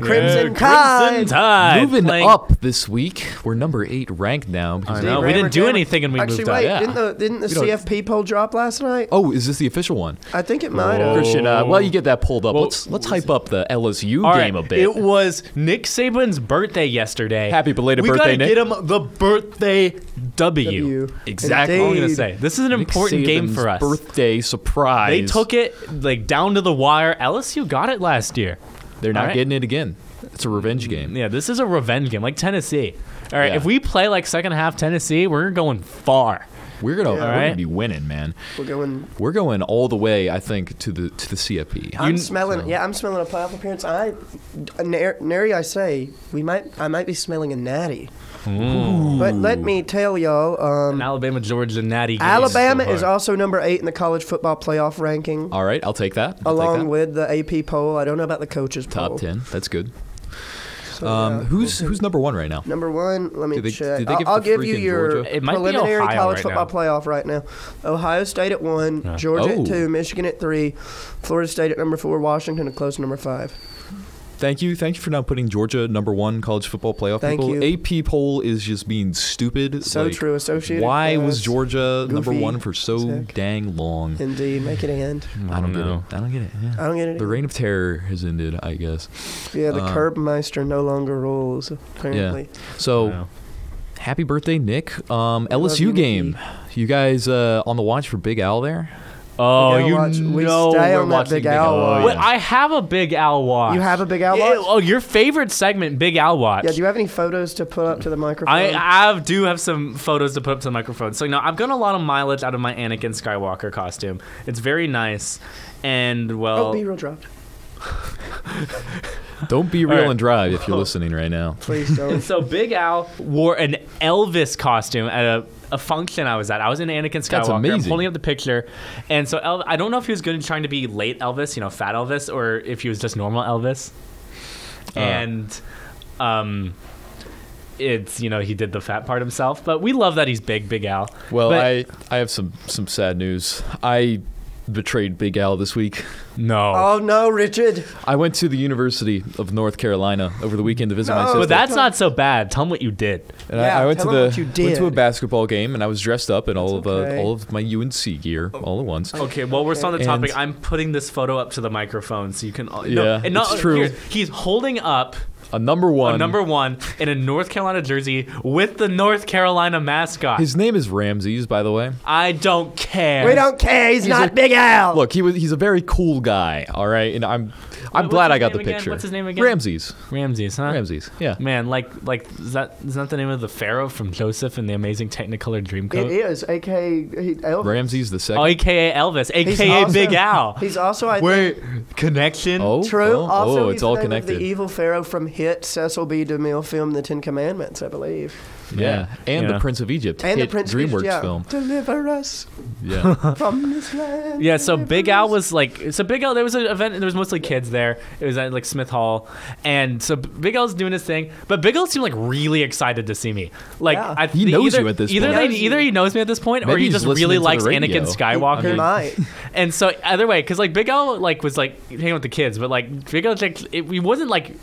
[SPEAKER 4] Crimson
[SPEAKER 3] Crimson Tide.
[SPEAKER 4] Tide
[SPEAKER 2] Moving
[SPEAKER 4] playing-
[SPEAKER 2] up this week, we're number eight ranked now. because
[SPEAKER 4] I
[SPEAKER 2] they-
[SPEAKER 4] know we
[SPEAKER 3] Grammar
[SPEAKER 4] didn't do
[SPEAKER 3] Grammar.
[SPEAKER 4] anything and we
[SPEAKER 3] Actually,
[SPEAKER 4] moved
[SPEAKER 3] wait.
[SPEAKER 2] yeah.
[SPEAKER 4] up.
[SPEAKER 3] Didn't the didn't the
[SPEAKER 2] You know,
[SPEAKER 3] CFP poll drop last night?
[SPEAKER 2] Oh, is this the official one?
[SPEAKER 3] I think it might have.
[SPEAKER 2] Christian, uh, while you get that pulled up,
[SPEAKER 4] Oh. Well,
[SPEAKER 2] let's let's hype up the LSU
[SPEAKER 4] All right,
[SPEAKER 2] game a bit.
[SPEAKER 4] It was Nick Saban's birthday yesterday.
[SPEAKER 2] Happy belated
[SPEAKER 4] we
[SPEAKER 2] birthday,
[SPEAKER 4] gotta
[SPEAKER 2] Nick.
[SPEAKER 4] get him the birthday W.
[SPEAKER 3] W.
[SPEAKER 4] Exactly. All I'm gonna
[SPEAKER 3] Indeed.
[SPEAKER 4] say this is an
[SPEAKER 2] Nick
[SPEAKER 4] important game
[SPEAKER 2] Saban's
[SPEAKER 4] for us.
[SPEAKER 2] Birthday surprise.
[SPEAKER 4] They took it like down to the wire. LSU got it last year.
[SPEAKER 2] They're not
[SPEAKER 4] All right. Mm,
[SPEAKER 2] getting it again. It's a revenge game.
[SPEAKER 4] Yeah, this is a revenge game, like Tennessee. All right,
[SPEAKER 2] Yeah.
[SPEAKER 4] if we play like second half Tennessee, we're going far.
[SPEAKER 2] We're gonna, we're gonna
[SPEAKER 4] Alright.
[SPEAKER 2] be winning, man.
[SPEAKER 3] We're going.
[SPEAKER 2] We're going all the way, I think, to the to the CFP.
[SPEAKER 3] I'm smelling. Yeah, I'm smelling a playoff appearance. I, nary, nary I say we might. I might be smelling a natty. But let me tell y'all.
[SPEAKER 4] An
[SPEAKER 3] Um,
[SPEAKER 4] Alabama Georgia natty. Game
[SPEAKER 3] Alabama
[SPEAKER 4] so
[SPEAKER 3] is
[SPEAKER 4] hard.
[SPEAKER 3] also number eight in the college football playoff ranking,
[SPEAKER 2] all right, I'll take that. I'll take
[SPEAKER 3] along
[SPEAKER 2] that.
[SPEAKER 3] with the AP poll. I don't know about the coaches
[SPEAKER 2] top
[SPEAKER 3] poll.
[SPEAKER 2] ten. That's good.
[SPEAKER 3] So,
[SPEAKER 2] Um,
[SPEAKER 3] yeah.
[SPEAKER 2] who's who's number one right now?
[SPEAKER 3] Number one, let me
[SPEAKER 2] Did they-
[SPEAKER 3] check.
[SPEAKER 2] did they
[SPEAKER 3] I'll-
[SPEAKER 2] give
[SPEAKER 3] I'll,
[SPEAKER 2] the
[SPEAKER 3] give you
[SPEAKER 2] freaking
[SPEAKER 3] your
[SPEAKER 2] Georgia?
[SPEAKER 4] It might be
[SPEAKER 3] preliminary
[SPEAKER 4] Ohio
[SPEAKER 3] college
[SPEAKER 4] right
[SPEAKER 3] football
[SPEAKER 4] now.
[SPEAKER 3] playoff right now. Ohio State at one,
[SPEAKER 4] Yeah.
[SPEAKER 3] Georgia
[SPEAKER 2] Oh.
[SPEAKER 3] at two, Michigan at three, Florida State at number four, Washington at close to number five.
[SPEAKER 2] Thank you, thank you for not putting Georgia number one college football playoff.
[SPEAKER 3] Thank
[SPEAKER 2] people.
[SPEAKER 3] you.
[SPEAKER 2] AP poll is just being stupid.
[SPEAKER 3] So
[SPEAKER 2] Like,
[SPEAKER 3] true. Associated.
[SPEAKER 2] Why was
[SPEAKER 3] Press.
[SPEAKER 2] Georgia number
[SPEAKER 3] goofy
[SPEAKER 2] one for so
[SPEAKER 3] sick.
[SPEAKER 2] dang long?
[SPEAKER 3] Indeed, make it end.
[SPEAKER 2] I don't
[SPEAKER 4] know.
[SPEAKER 2] get it. I don't get it. yeah.
[SPEAKER 3] I don't get it.
[SPEAKER 2] The reign of terror has ended, I guess.
[SPEAKER 3] yeah, the
[SPEAKER 2] uh,
[SPEAKER 3] Curbmeister no longer rules. Apparently,
[SPEAKER 2] So
[SPEAKER 4] Wow.
[SPEAKER 2] happy birthday, Nick. Um,
[SPEAKER 3] love
[SPEAKER 2] LSU
[SPEAKER 3] you,
[SPEAKER 2] game. You guys uh, on the watch for Big Al there?
[SPEAKER 4] Oh,
[SPEAKER 3] gotta
[SPEAKER 4] you
[SPEAKER 3] watch-
[SPEAKER 4] know
[SPEAKER 3] we stay
[SPEAKER 4] we're
[SPEAKER 3] on that
[SPEAKER 4] watching
[SPEAKER 3] Big Al watch.
[SPEAKER 4] Wait, I have a Big Al watch.
[SPEAKER 3] Oh, You have a Big Al
[SPEAKER 4] Yeah,
[SPEAKER 3] watch?
[SPEAKER 4] Oh, your favorite segment, Big Al watch.
[SPEAKER 3] Yeah, do you have any photos to put up to the microphone?
[SPEAKER 4] I, I have- do have some photos to put up to the microphone. So, you know, I've gotten a lot of mileage out of my Anakin Skywalker costume. It's very nice. And, well,
[SPEAKER 3] oh, be real dropped.
[SPEAKER 2] Don't be real
[SPEAKER 4] right.
[SPEAKER 2] and drive if you're listening right now.
[SPEAKER 3] Please don't.
[SPEAKER 4] so Big Al wore an Elvis costume at a, a function I was at. I was in Anakin Skywalker.
[SPEAKER 2] That's
[SPEAKER 4] I'm
[SPEAKER 2] amazing.
[SPEAKER 4] holding up the picture. And so El- I don't know if he was going to trying to be late Elvis, you know, fat Elvis, or if he was just normal Elvis.
[SPEAKER 2] Uh.
[SPEAKER 4] And, um,. It's you know he did the fat part himself, but we love that he's big, Big Al.
[SPEAKER 2] Well,
[SPEAKER 4] But-
[SPEAKER 2] I I have some some sad news. I betrayed Big Al this week.
[SPEAKER 4] no,
[SPEAKER 3] oh no, Richard.
[SPEAKER 2] I went to the University of North Carolina over the weekend to visit my
[SPEAKER 3] No.
[SPEAKER 2] sister.
[SPEAKER 4] But that's not so bad. Tell him what you did.
[SPEAKER 2] and
[SPEAKER 3] Yeah,
[SPEAKER 2] I, I went
[SPEAKER 3] tell
[SPEAKER 2] to
[SPEAKER 3] them
[SPEAKER 2] the
[SPEAKER 3] what you
[SPEAKER 2] went to a
[SPEAKER 3] did.
[SPEAKER 2] basketball game, and I was dressed up in all of
[SPEAKER 3] okay. Oh.
[SPEAKER 2] uh, all of my UNC gear all at once.
[SPEAKER 4] Okay, well, we're still on the
[SPEAKER 2] And-
[SPEAKER 4] topic. I'm putting this photo up to the microphone so you can. all- no,
[SPEAKER 2] Yeah,
[SPEAKER 4] and not,
[SPEAKER 2] it's true.
[SPEAKER 4] here, he's holding up
[SPEAKER 2] A number
[SPEAKER 4] a
[SPEAKER 2] one.
[SPEAKER 4] number one in a North Carolina jersey with the North Carolina mascot.
[SPEAKER 2] His name is Ramses, by the way.
[SPEAKER 4] I don't care.
[SPEAKER 3] We don't care. He's, not Big Al.
[SPEAKER 2] Look, he was he's a very cool guy. All right, and I'm I'm
[SPEAKER 4] what's
[SPEAKER 2] glad I
[SPEAKER 4] his
[SPEAKER 2] got the
[SPEAKER 4] name again?
[SPEAKER 2] picture.
[SPEAKER 4] What's his name again?
[SPEAKER 2] Ramses.
[SPEAKER 4] Ramses, huh?
[SPEAKER 2] Ramses. Yeah.
[SPEAKER 4] Man, like, like is that is that the name of the pharaoh from Joseph and the Amazing Technicolor
[SPEAKER 3] it
[SPEAKER 4] Dreamcoat?
[SPEAKER 3] is, aka he, Elvis.
[SPEAKER 2] Ramses the second.
[SPEAKER 4] Oh, AKA Elvis,
[SPEAKER 3] He's
[SPEAKER 4] AKA
[SPEAKER 3] also-
[SPEAKER 4] Big Al.
[SPEAKER 3] He's also I
[SPEAKER 4] Wait, connection.
[SPEAKER 2] Oh,
[SPEAKER 3] think, true.
[SPEAKER 2] Oh,
[SPEAKER 3] also,
[SPEAKER 2] oh,
[SPEAKER 3] he's
[SPEAKER 2] it's all
[SPEAKER 3] the E- name of
[SPEAKER 2] connected.
[SPEAKER 3] The evil pharaoh from hit Cecil B. DeMille film The Ten Commandments, I believe,
[SPEAKER 2] Yeah, and
[SPEAKER 4] Yeah.
[SPEAKER 2] the Prince of Egypt.
[SPEAKER 3] and
[SPEAKER 2] hit
[SPEAKER 3] the Prince of
[SPEAKER 2] DreamWorks
[SPEAKER 3] Egypt, yeah.
[SPEAKER 2] film.
[SPEAKER 3] Deliver us
[SPEAKER 2] Yeah.
[SPEAKER 3] from this land.
[SPEAKER 4] Yeah, so
[SPEAKER 3] deliver
[SPEAKER 4] Big Al
[SPEAKER 3] us.
[SPEAKER 4] was like, so Big Al, there was an event, and there was mostly kids there. It was at like Smith Hall. And so Big Al's doing his thing, but Big Al seemed like really excited to see me. Like,
[SPEAKER 3] Yeah.
[SPEAKER 4] I,
[SPEAKER 2] He
[SPEAKER 4] they
[SPEAKER 2] knows
[SPEAKER 4] either,
[SPEAKER 2] you at this
[SPEAKER 4] either
[SPEAKER 2] point.
[SPEAKER 4] They, either he knows me at this point, or
[SPEAKER 2] Maybe
[SPEAKER 4] he
[SPEAKER 2] he's
[SPEAKER 4] just
[SPEAKER 2] listening
[SPEAKER 4] really
[SPEAKER 2] to the
[SPEAKER 4] likes
[SPEAKER 2] radio.
[SPEAKER 4] Anakin
[SPEAKER 2] He- he
[SPEAKER 3] He-
[SPEAKER 4] Skywalker.
[SPEAKER 3] He might.
[SPEAKER 4] And so either way, because like Big Al like was like hanging with the kids, but like Big Al like it, he wasn't like,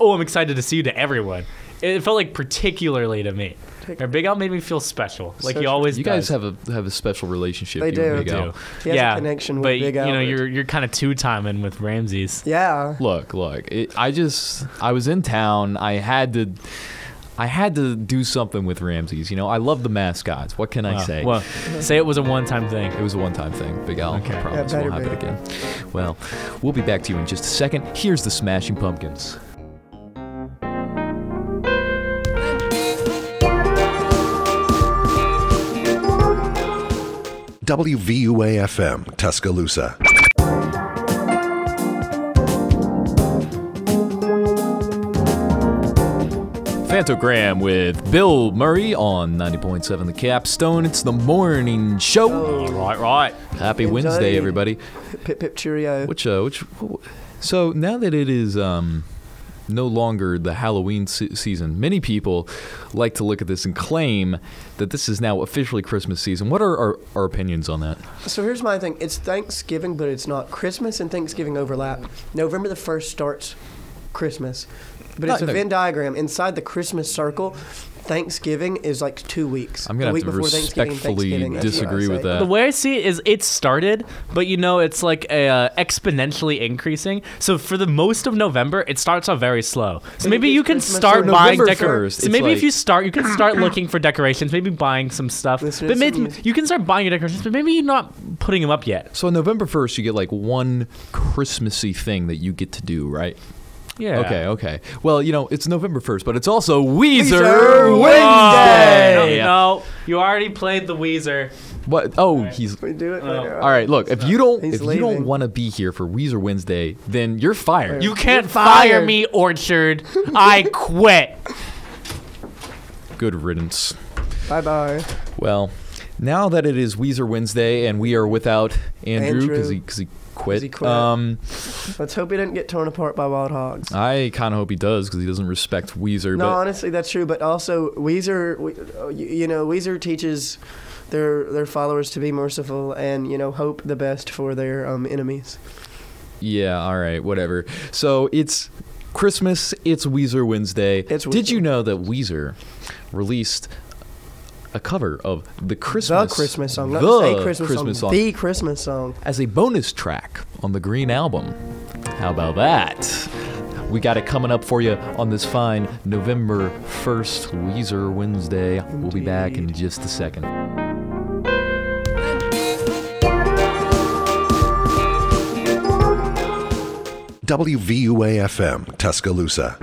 [SPEAKER 4] oh, I'm excited to see you to everyone. It felt like particularly to me. And Big Al made me feel special, like he
[SPEAKER 3] Special.
[SPEAKER 4] always.
[SPEAKER 2] You guys
[SPEAKER 4] does.
[SPEAKER 2] have a have a special relationship.
[SPEAKER 3] They
[SPEAKER 2] you and
[SPEAKER 3] do.
[SPEAKER 2] Big
[SPEAKER 3] They
[SPEAKER 2] Al.
[SPEAKER 3] He has a connection with
[SPEAKER 4] but
[SPEAKER 3] Big Al.
[SPEAKER 4] you know
[SPEAKER 3] that-
[SPEAKER 4] you're you're kind of two timing with Ramses.
[SPEAKER 3] Yeah.
[SPEAKER 2] Look, look. It, I just I was in town. I had to. I had to do something with Ramses. You know, I love the mascots. What can I say?
[SPEAKER 4] Well, say it was a one time thing.
[SPEAKER 2] It was a one-time thing, Big Al. I promise
[SPEAKER 3] Yeah,
[SPEAKER 2] it won't
[SPEAKER 3] better
[SPEAKER 2] happen again. Well, we'll be back to you in just a second. Here's the Smashing Pumpkins.
[SPEAKER 1] WVUA FM, Tuscaloosa.
[SPEAKER 2] Fantogram with Bill Murray on 90.7 The Capstone. It's the morning show.
[SPEAKER 4] Right, right.
[SPEAKER 2] Happy
[SPEAKER 3] Enjoy.
[SPEAKER 2] Wednesday, everybody.
[SPEAKER 3] Pip pip cheerio.
[SPEAKER 2] Which, uh, which, so now that it is um, no longer the Halloween se- season, many people like to look at this and claim that this is now officially Christmas season. What are our, our opinions on that?
[SPEAKER 3] So here's my thing. It's Thanksgiving, but it's not Christmas, and Thanksgiving overlap. November the first starts Christmas, but it's
[SPEAKER 2] No,
[SPEAKER 3] a
[SPEAKER 2] no.
[SPEAKER 3] Venn diagram inside the Christmas circle. Thanksgiving is like two weeks.
[SPEAKER 2] I'm gonna
[SPEAKER 3] The
[SPEAKER 2] have
[SPEAKER 3] week
[SPEAKER 2] to
[SPEAKER 3] before Thanksgiving and
[SPEAKER 2] respectfully
[SPEAKER 3] Thanksgiving. That's what I
[SPEAKER 2] disagree with
[SPEAKER 3] say.
[SPEAKER 2] that.
[SPEAKER 4] The way I see it is it started, but you know it's like a, uh, exponentially increasing. So for the most of November, it starts off very slow. So
[SPEAKER 3] And it
[SPEAKER 4] maybe
[SPEAKER 3] gets
[SPEAKER 4] you can
[SPEAKER 3] Christmas
[SPEAKER 4] start
[SPEAKER 3] on
[SPEAKER 4] buying
[SPEAKER 2] November
[SPEAKER 4] decorations.
[SPEAKER 2] first.
[SPEAKER 4] So
[SPEAKER 2] It's
[SPEAKER 4] maybe if
[SPEAKER 2] like-
[SPEAKER 4] you start, you can start looking for decorations. Maybe buying some stuff.
[SPEAKER 3] Listen to
[SPEAKER 4] but maybe
[SPEAKER 3] some-
[SPEAKER 4] you can start buying your decorations, but maybe you're not putting them up yet.
[SPEAKER 2] So on November 1st, you get like one Christmassy thing that you get to do, right?
[SPEAKER 4] Yeah.
[SPEAKER 2] Okay, okay. Well, you know, it's November 1st, but it's also Weezer,
[SPEAKER 3] Weezer
[SPEAKER 2] Wednesday.
[SPEAKER 4] No, Oh, no, you already played the Weezer.
[SPEAKER 2] What? Oh, he's
[SPEAKER 3] We do it later.
[SPEAKER 2] All right, look, if you don't if
[SPEAKER 3] He's
[SPEAKER 2] you don't
[SPEAKER 3] leaving.
[SPEAKER 2] want to be here for Weezer Wednesday, then you're fired.
[SPEAKER 4] You can't
[SPEAKER 3] You're
[SPEAKER 4] fire
[SPEAKER 3] fired.
[SPEAKER 4] me, Orchard. I quit.
[SPEAKER 2] good riddance.
[SPEAKER 3] Bye bye.
[SPEAKER 2] Well, now that it is Weezer Wednesday and we are without Andrew
[SPEAKER 3] Andrew.
[SPEAKER 2] cuz he, 'cause he quit.
[SPEAKER 3] 'Cause he quit.
[SPEAKER 2] Um
[SPEAKER 3] Let's hope he didn't get torn apart by wild hogs.
[SPEAKER 2] I kind of hope he does cuz he doesn't respect Weezer,
[SPEAKER 3] No,
[SPEAKER 2] but
[SPEAKER 3] honestly, that's true. But also, Weezer, we, uh, you, you know, Weezer teaches their their followers to be merciful and you know hope the best for their um, enemies.
[SPEAKER 2] Yeah, all right, whatever. So it's Christmas, it's Weezer Wednesday.
[SPEAKER 3] It's
[SPEAKER 2] Did
[SPEAKER 3] Weezer.
[SPEAKER 2] you know that Weezer released a cover of the
[SPEAKER 3] The
[SPEAKER 2] Christmas
[SPEAKER 3] Christmas song, not
[SPEAKER 2] the
[SPEAKER 3] just a Christmas, song, the Christmas song.
[SPEAKER 2] as a bonus track on the Green Album? How about that? We got it coming up for you on this fine November 1st Weezer Wednesday. We'll be back in just a second.
[SPEAKER 1] WVUA FM, Tuscaloosa.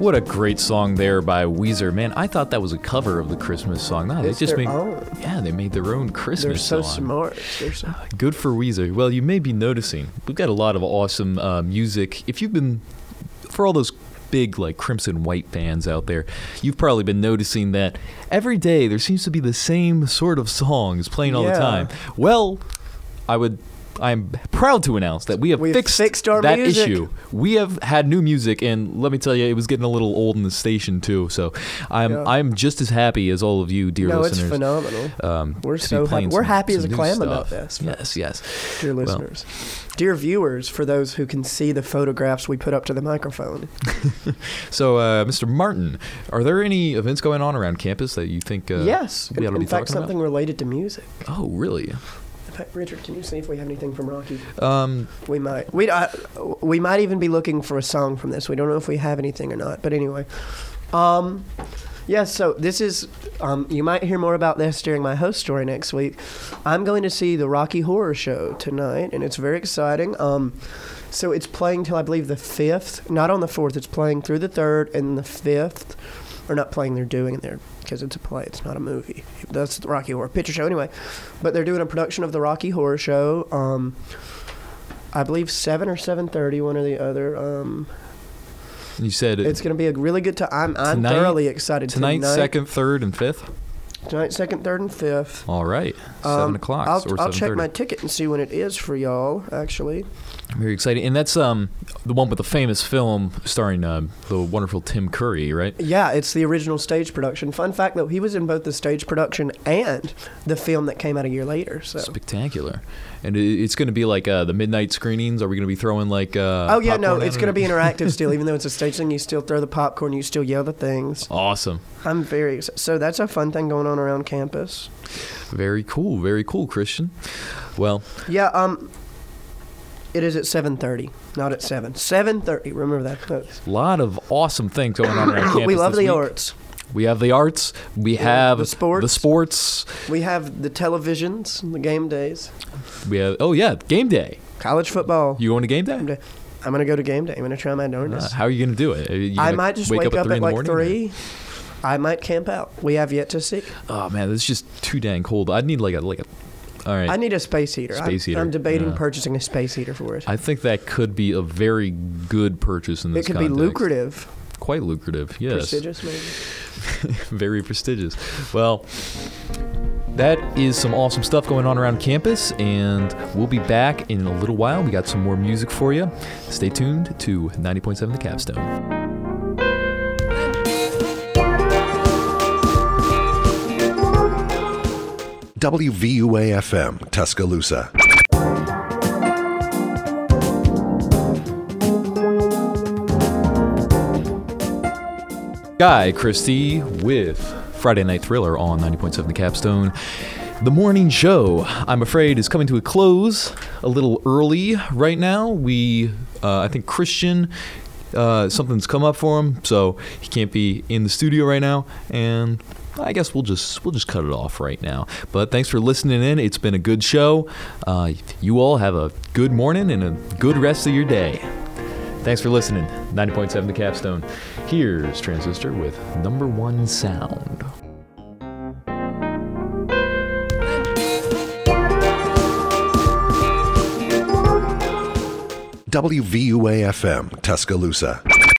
[SPEAKER 2] What a great song there by Weezer. Man, I thought that was a cover of the Christmas song. No, they
[SPEAKER 3] It's
[SPEAKER 2] just
[SPEAKER 3] their
[SPEAKER 2] made
[SPEAKER 3] own.
[SPEAKER 2] Yeah, they made their own Christmas
[SPEAKER 3] They're so
[SPEAKER 2] song. Ah,
[SPEAKER 3] smart. They're so
[SPEAKER 2] Good for Weezer. Well, you may be noticing we've got a lot of awesome uh, music. If you've been for all those big like Crimson White fans out there, you've probably been noticing that every day there seems to be the same sort of songs playing all the
[SPEAKER 3] Yeah.
[SPEAKER 2] time. Well, I would. I'm proud to announce that we have
[SPEAKER 3] We've
[SPEAKER 2] fixed,
[SPEAKER 3] fixed our
[SPEAKER 2] that
[SPEAKER 3] music.
[SPEAKER 2] issue. We have had new music, and let me tell you, it was getting a little old in the station too. So, I'm
[SPEAKER 3] Yeah.
[SPEAKER 2] I'm just as happy as all of you, dear
[SPEAKER 3] no,
[SPEAKER 2] listeners.
[SPEAKER 3] it's phenomenal.
[SPEAKER 2] Um,
[SPEAKER 3] We're
[SPEAKER 2] to be
[SPEAKER 3] so happy-
[SPEAKER 2] playing
[SPEAKER 3] we're
[SPEAKER 2] some-
[SPEAKER 3] happy as
[SPEAKER 2] some
[SPEAKER 3] a
[SPEAKER 2] new
[SPEAKER 3] clam about
[SPEAKER 2] stuff.
[SPEAKER 3] this.
[SPEAKER 2] Yes, yes.
[SPEAKER 3] Dear
[SPEAKER 2] well-
[SPEAKER 3] listeners, dear viewers, for those who can see the photographs we put up to the microphone,
[SPEAKER 2] So, uh, Mr. Martin, are there any events going on around campus that you think? Uh,
[SPEAKER 3] yes,
[SPEAKER 2] we ought to
[SPEAKER 3] in
[SPEAKER 2] be
[SPEAKER 3] fact,
[SPEAKER 2] talking about?
[SPEAKER 3] something related to music.
[SPEAKER 2] Oh, really?
[SPEAKER 3] In fact, Richard, can you see if we have anything from Rocky?
[SPEAKER 2] Um,
[SPEAKER 3] We might. We uh, we might even be looking for a song from this. We don't know if we have anything or not. But anyway, um, yeah. So this is. Um, you might hear more about this during my host story next week. I'm going to see the Rocky Horror Show tonight, and it's very exciting. Um, so it's playing till I believe the fifth, not on the fourth. It's playing through the third and the fifth, or not playing. They're doing it there because it's a play. It's not a movie. That's the Rocky Horror Picture Show anyway. But they're doing a production of the Rocky Horror Show. Um, I believe seven or seven thirty, one or the other. Um,
[SPEAKER 2] you said
[SPEAKER 3] it's going to be a really good time. I'm, I'm
[SPEAKER 2] Tonight-
[SPEAKER 3] thoroughly excited
[SPEAKER 2] tonight, second, third, and fifth.
[SPEAKER 3] tonight, second, third, and fifth.
[SPEAKER 2] All right, seven
[SPEAKER 3] Um,
[SPEAKER 2] o'clock
[SPEAKER 3] I'll,
[SPEAKER 2] or seven
[SPEAKER 3] I'll check my ticket and see when it is for y'all. Actually,
[SPEAKER 2] Very exciting, and that's um the one with the famous film starring um the wonderful Tim Curry, right?
[SPEAKER 3] yeah, it's the original stage production. Fun fact, though, he was in both the stage production and the film that came out a year later. So,
[SPEAKER 2] uh, Spectacular, and i- it's going to be like uh, the midnight screenings. Are we going to be throwing like? Uh,
[SPEAKER 3] oh yeah, no,
[SPEAKER 2] popcorn
[SPEAKER 3] it's
[SPEAKER 2] in
[SPEAKER 3] going to
[SPEAKER 2] or-
[SPEAKER 3] be interactive still, even though it's a stage thing. You still throw the popcorn, you still yell the things.
[SPEAKER 2] awesome.
[SPEAKER 3] I'm very excited. So that's a fun thing going on around campus.
[SPEAKER 2] Very cool, very cool, Christian. Well,
[SPEAKER 3] Yeah, um it is at 7:30, not at 7. 7:30, remember that folks.
[SPEAKER 2] a lot of awesome things going on around campus.
[SPEAKER 3] we love
[SPEAKER 2] this
[SPEAKER 3] the
[SPEAKER 2] week.
[SPEAKER 3] arts.
[SPEAKER 2] We have the arts. We have
[SPEAKER 3] have the sports.
[SPEAKER 2] The sports.
[SPEAKER 3] We have the televisions, the game days,
[SPEAKER 2] We have. Oh yeah, game day.
[SPEAKER 3] college football.
[SPEAKER 2] You going to game
[SPEAKER 3] Game
[SPEAKER 2] day?
[SPEAKER 3] day. I'm going to go to game day. I'm going to try my
[SPEAKER 2] Uh,
[SPEAKER 3] darndest.
[SPEAKER 2] how are you going to do it? Are you
[SPEAKER 3] I
[SPEAKER 2] gonna
[SPEAKER 3] might just wake, up,
[SPEAKER 2] three
[SPEAKER 3] at
[SPEAKER 2] in the
[SPEAKER 3] like
[SPEAKER 2] morning, or-
[SPEAKER 3] 3. I might camp out. We have yet to see.
[SPEAKER 2] Oh man, this is just too dang cold. I'd need like a like a. All right.
[SPEAKER 3] I need a space heater. I'm-
[SPEAKER 2] Space heater,
[SPEAKER 3] I'm, debating
[SPEAKER 2] yeah.
[SPEAKER 3] purchasing a space heater for it.
[SPEAKER 2] I think that could be a very good purchase in this.
[SPEAKER 3] it could
[SPEAKER 2] context.
[SPEAKER 3] be lucrative,
[SPEAKER 2] Quite lucrative. Yes.
[SPEAKER 3] prestigious maybe.
[SPEAKER 2] very prestigious. Well, that is some awesome stuff going on around campus, and we'll be back in a little while. We got some more music for you. Stay tuned to 90.7 The Capstone.
[SPEAKER 1] WVUA FM, Tuscaloosa.
[SPEAKER 2] Guy Christie with Friday Night Thriller on 90.7 The Capstone. The morning show, I'm afraid, is coming to a close a little early right now. We, uh, I think Christian, uh, something's come up for him, so he can't be in the studio right now, and I guess we'll just we'll just cut it off right now. But thanks for listening in. It's been a good show. Uh, you all have a good morning and a good rest of your day. Thanks for listening. 90.7 The Capstone. Here's Transistor with number one sound.
[SPEAKER 1] WVUA FM, Tuscaloosa.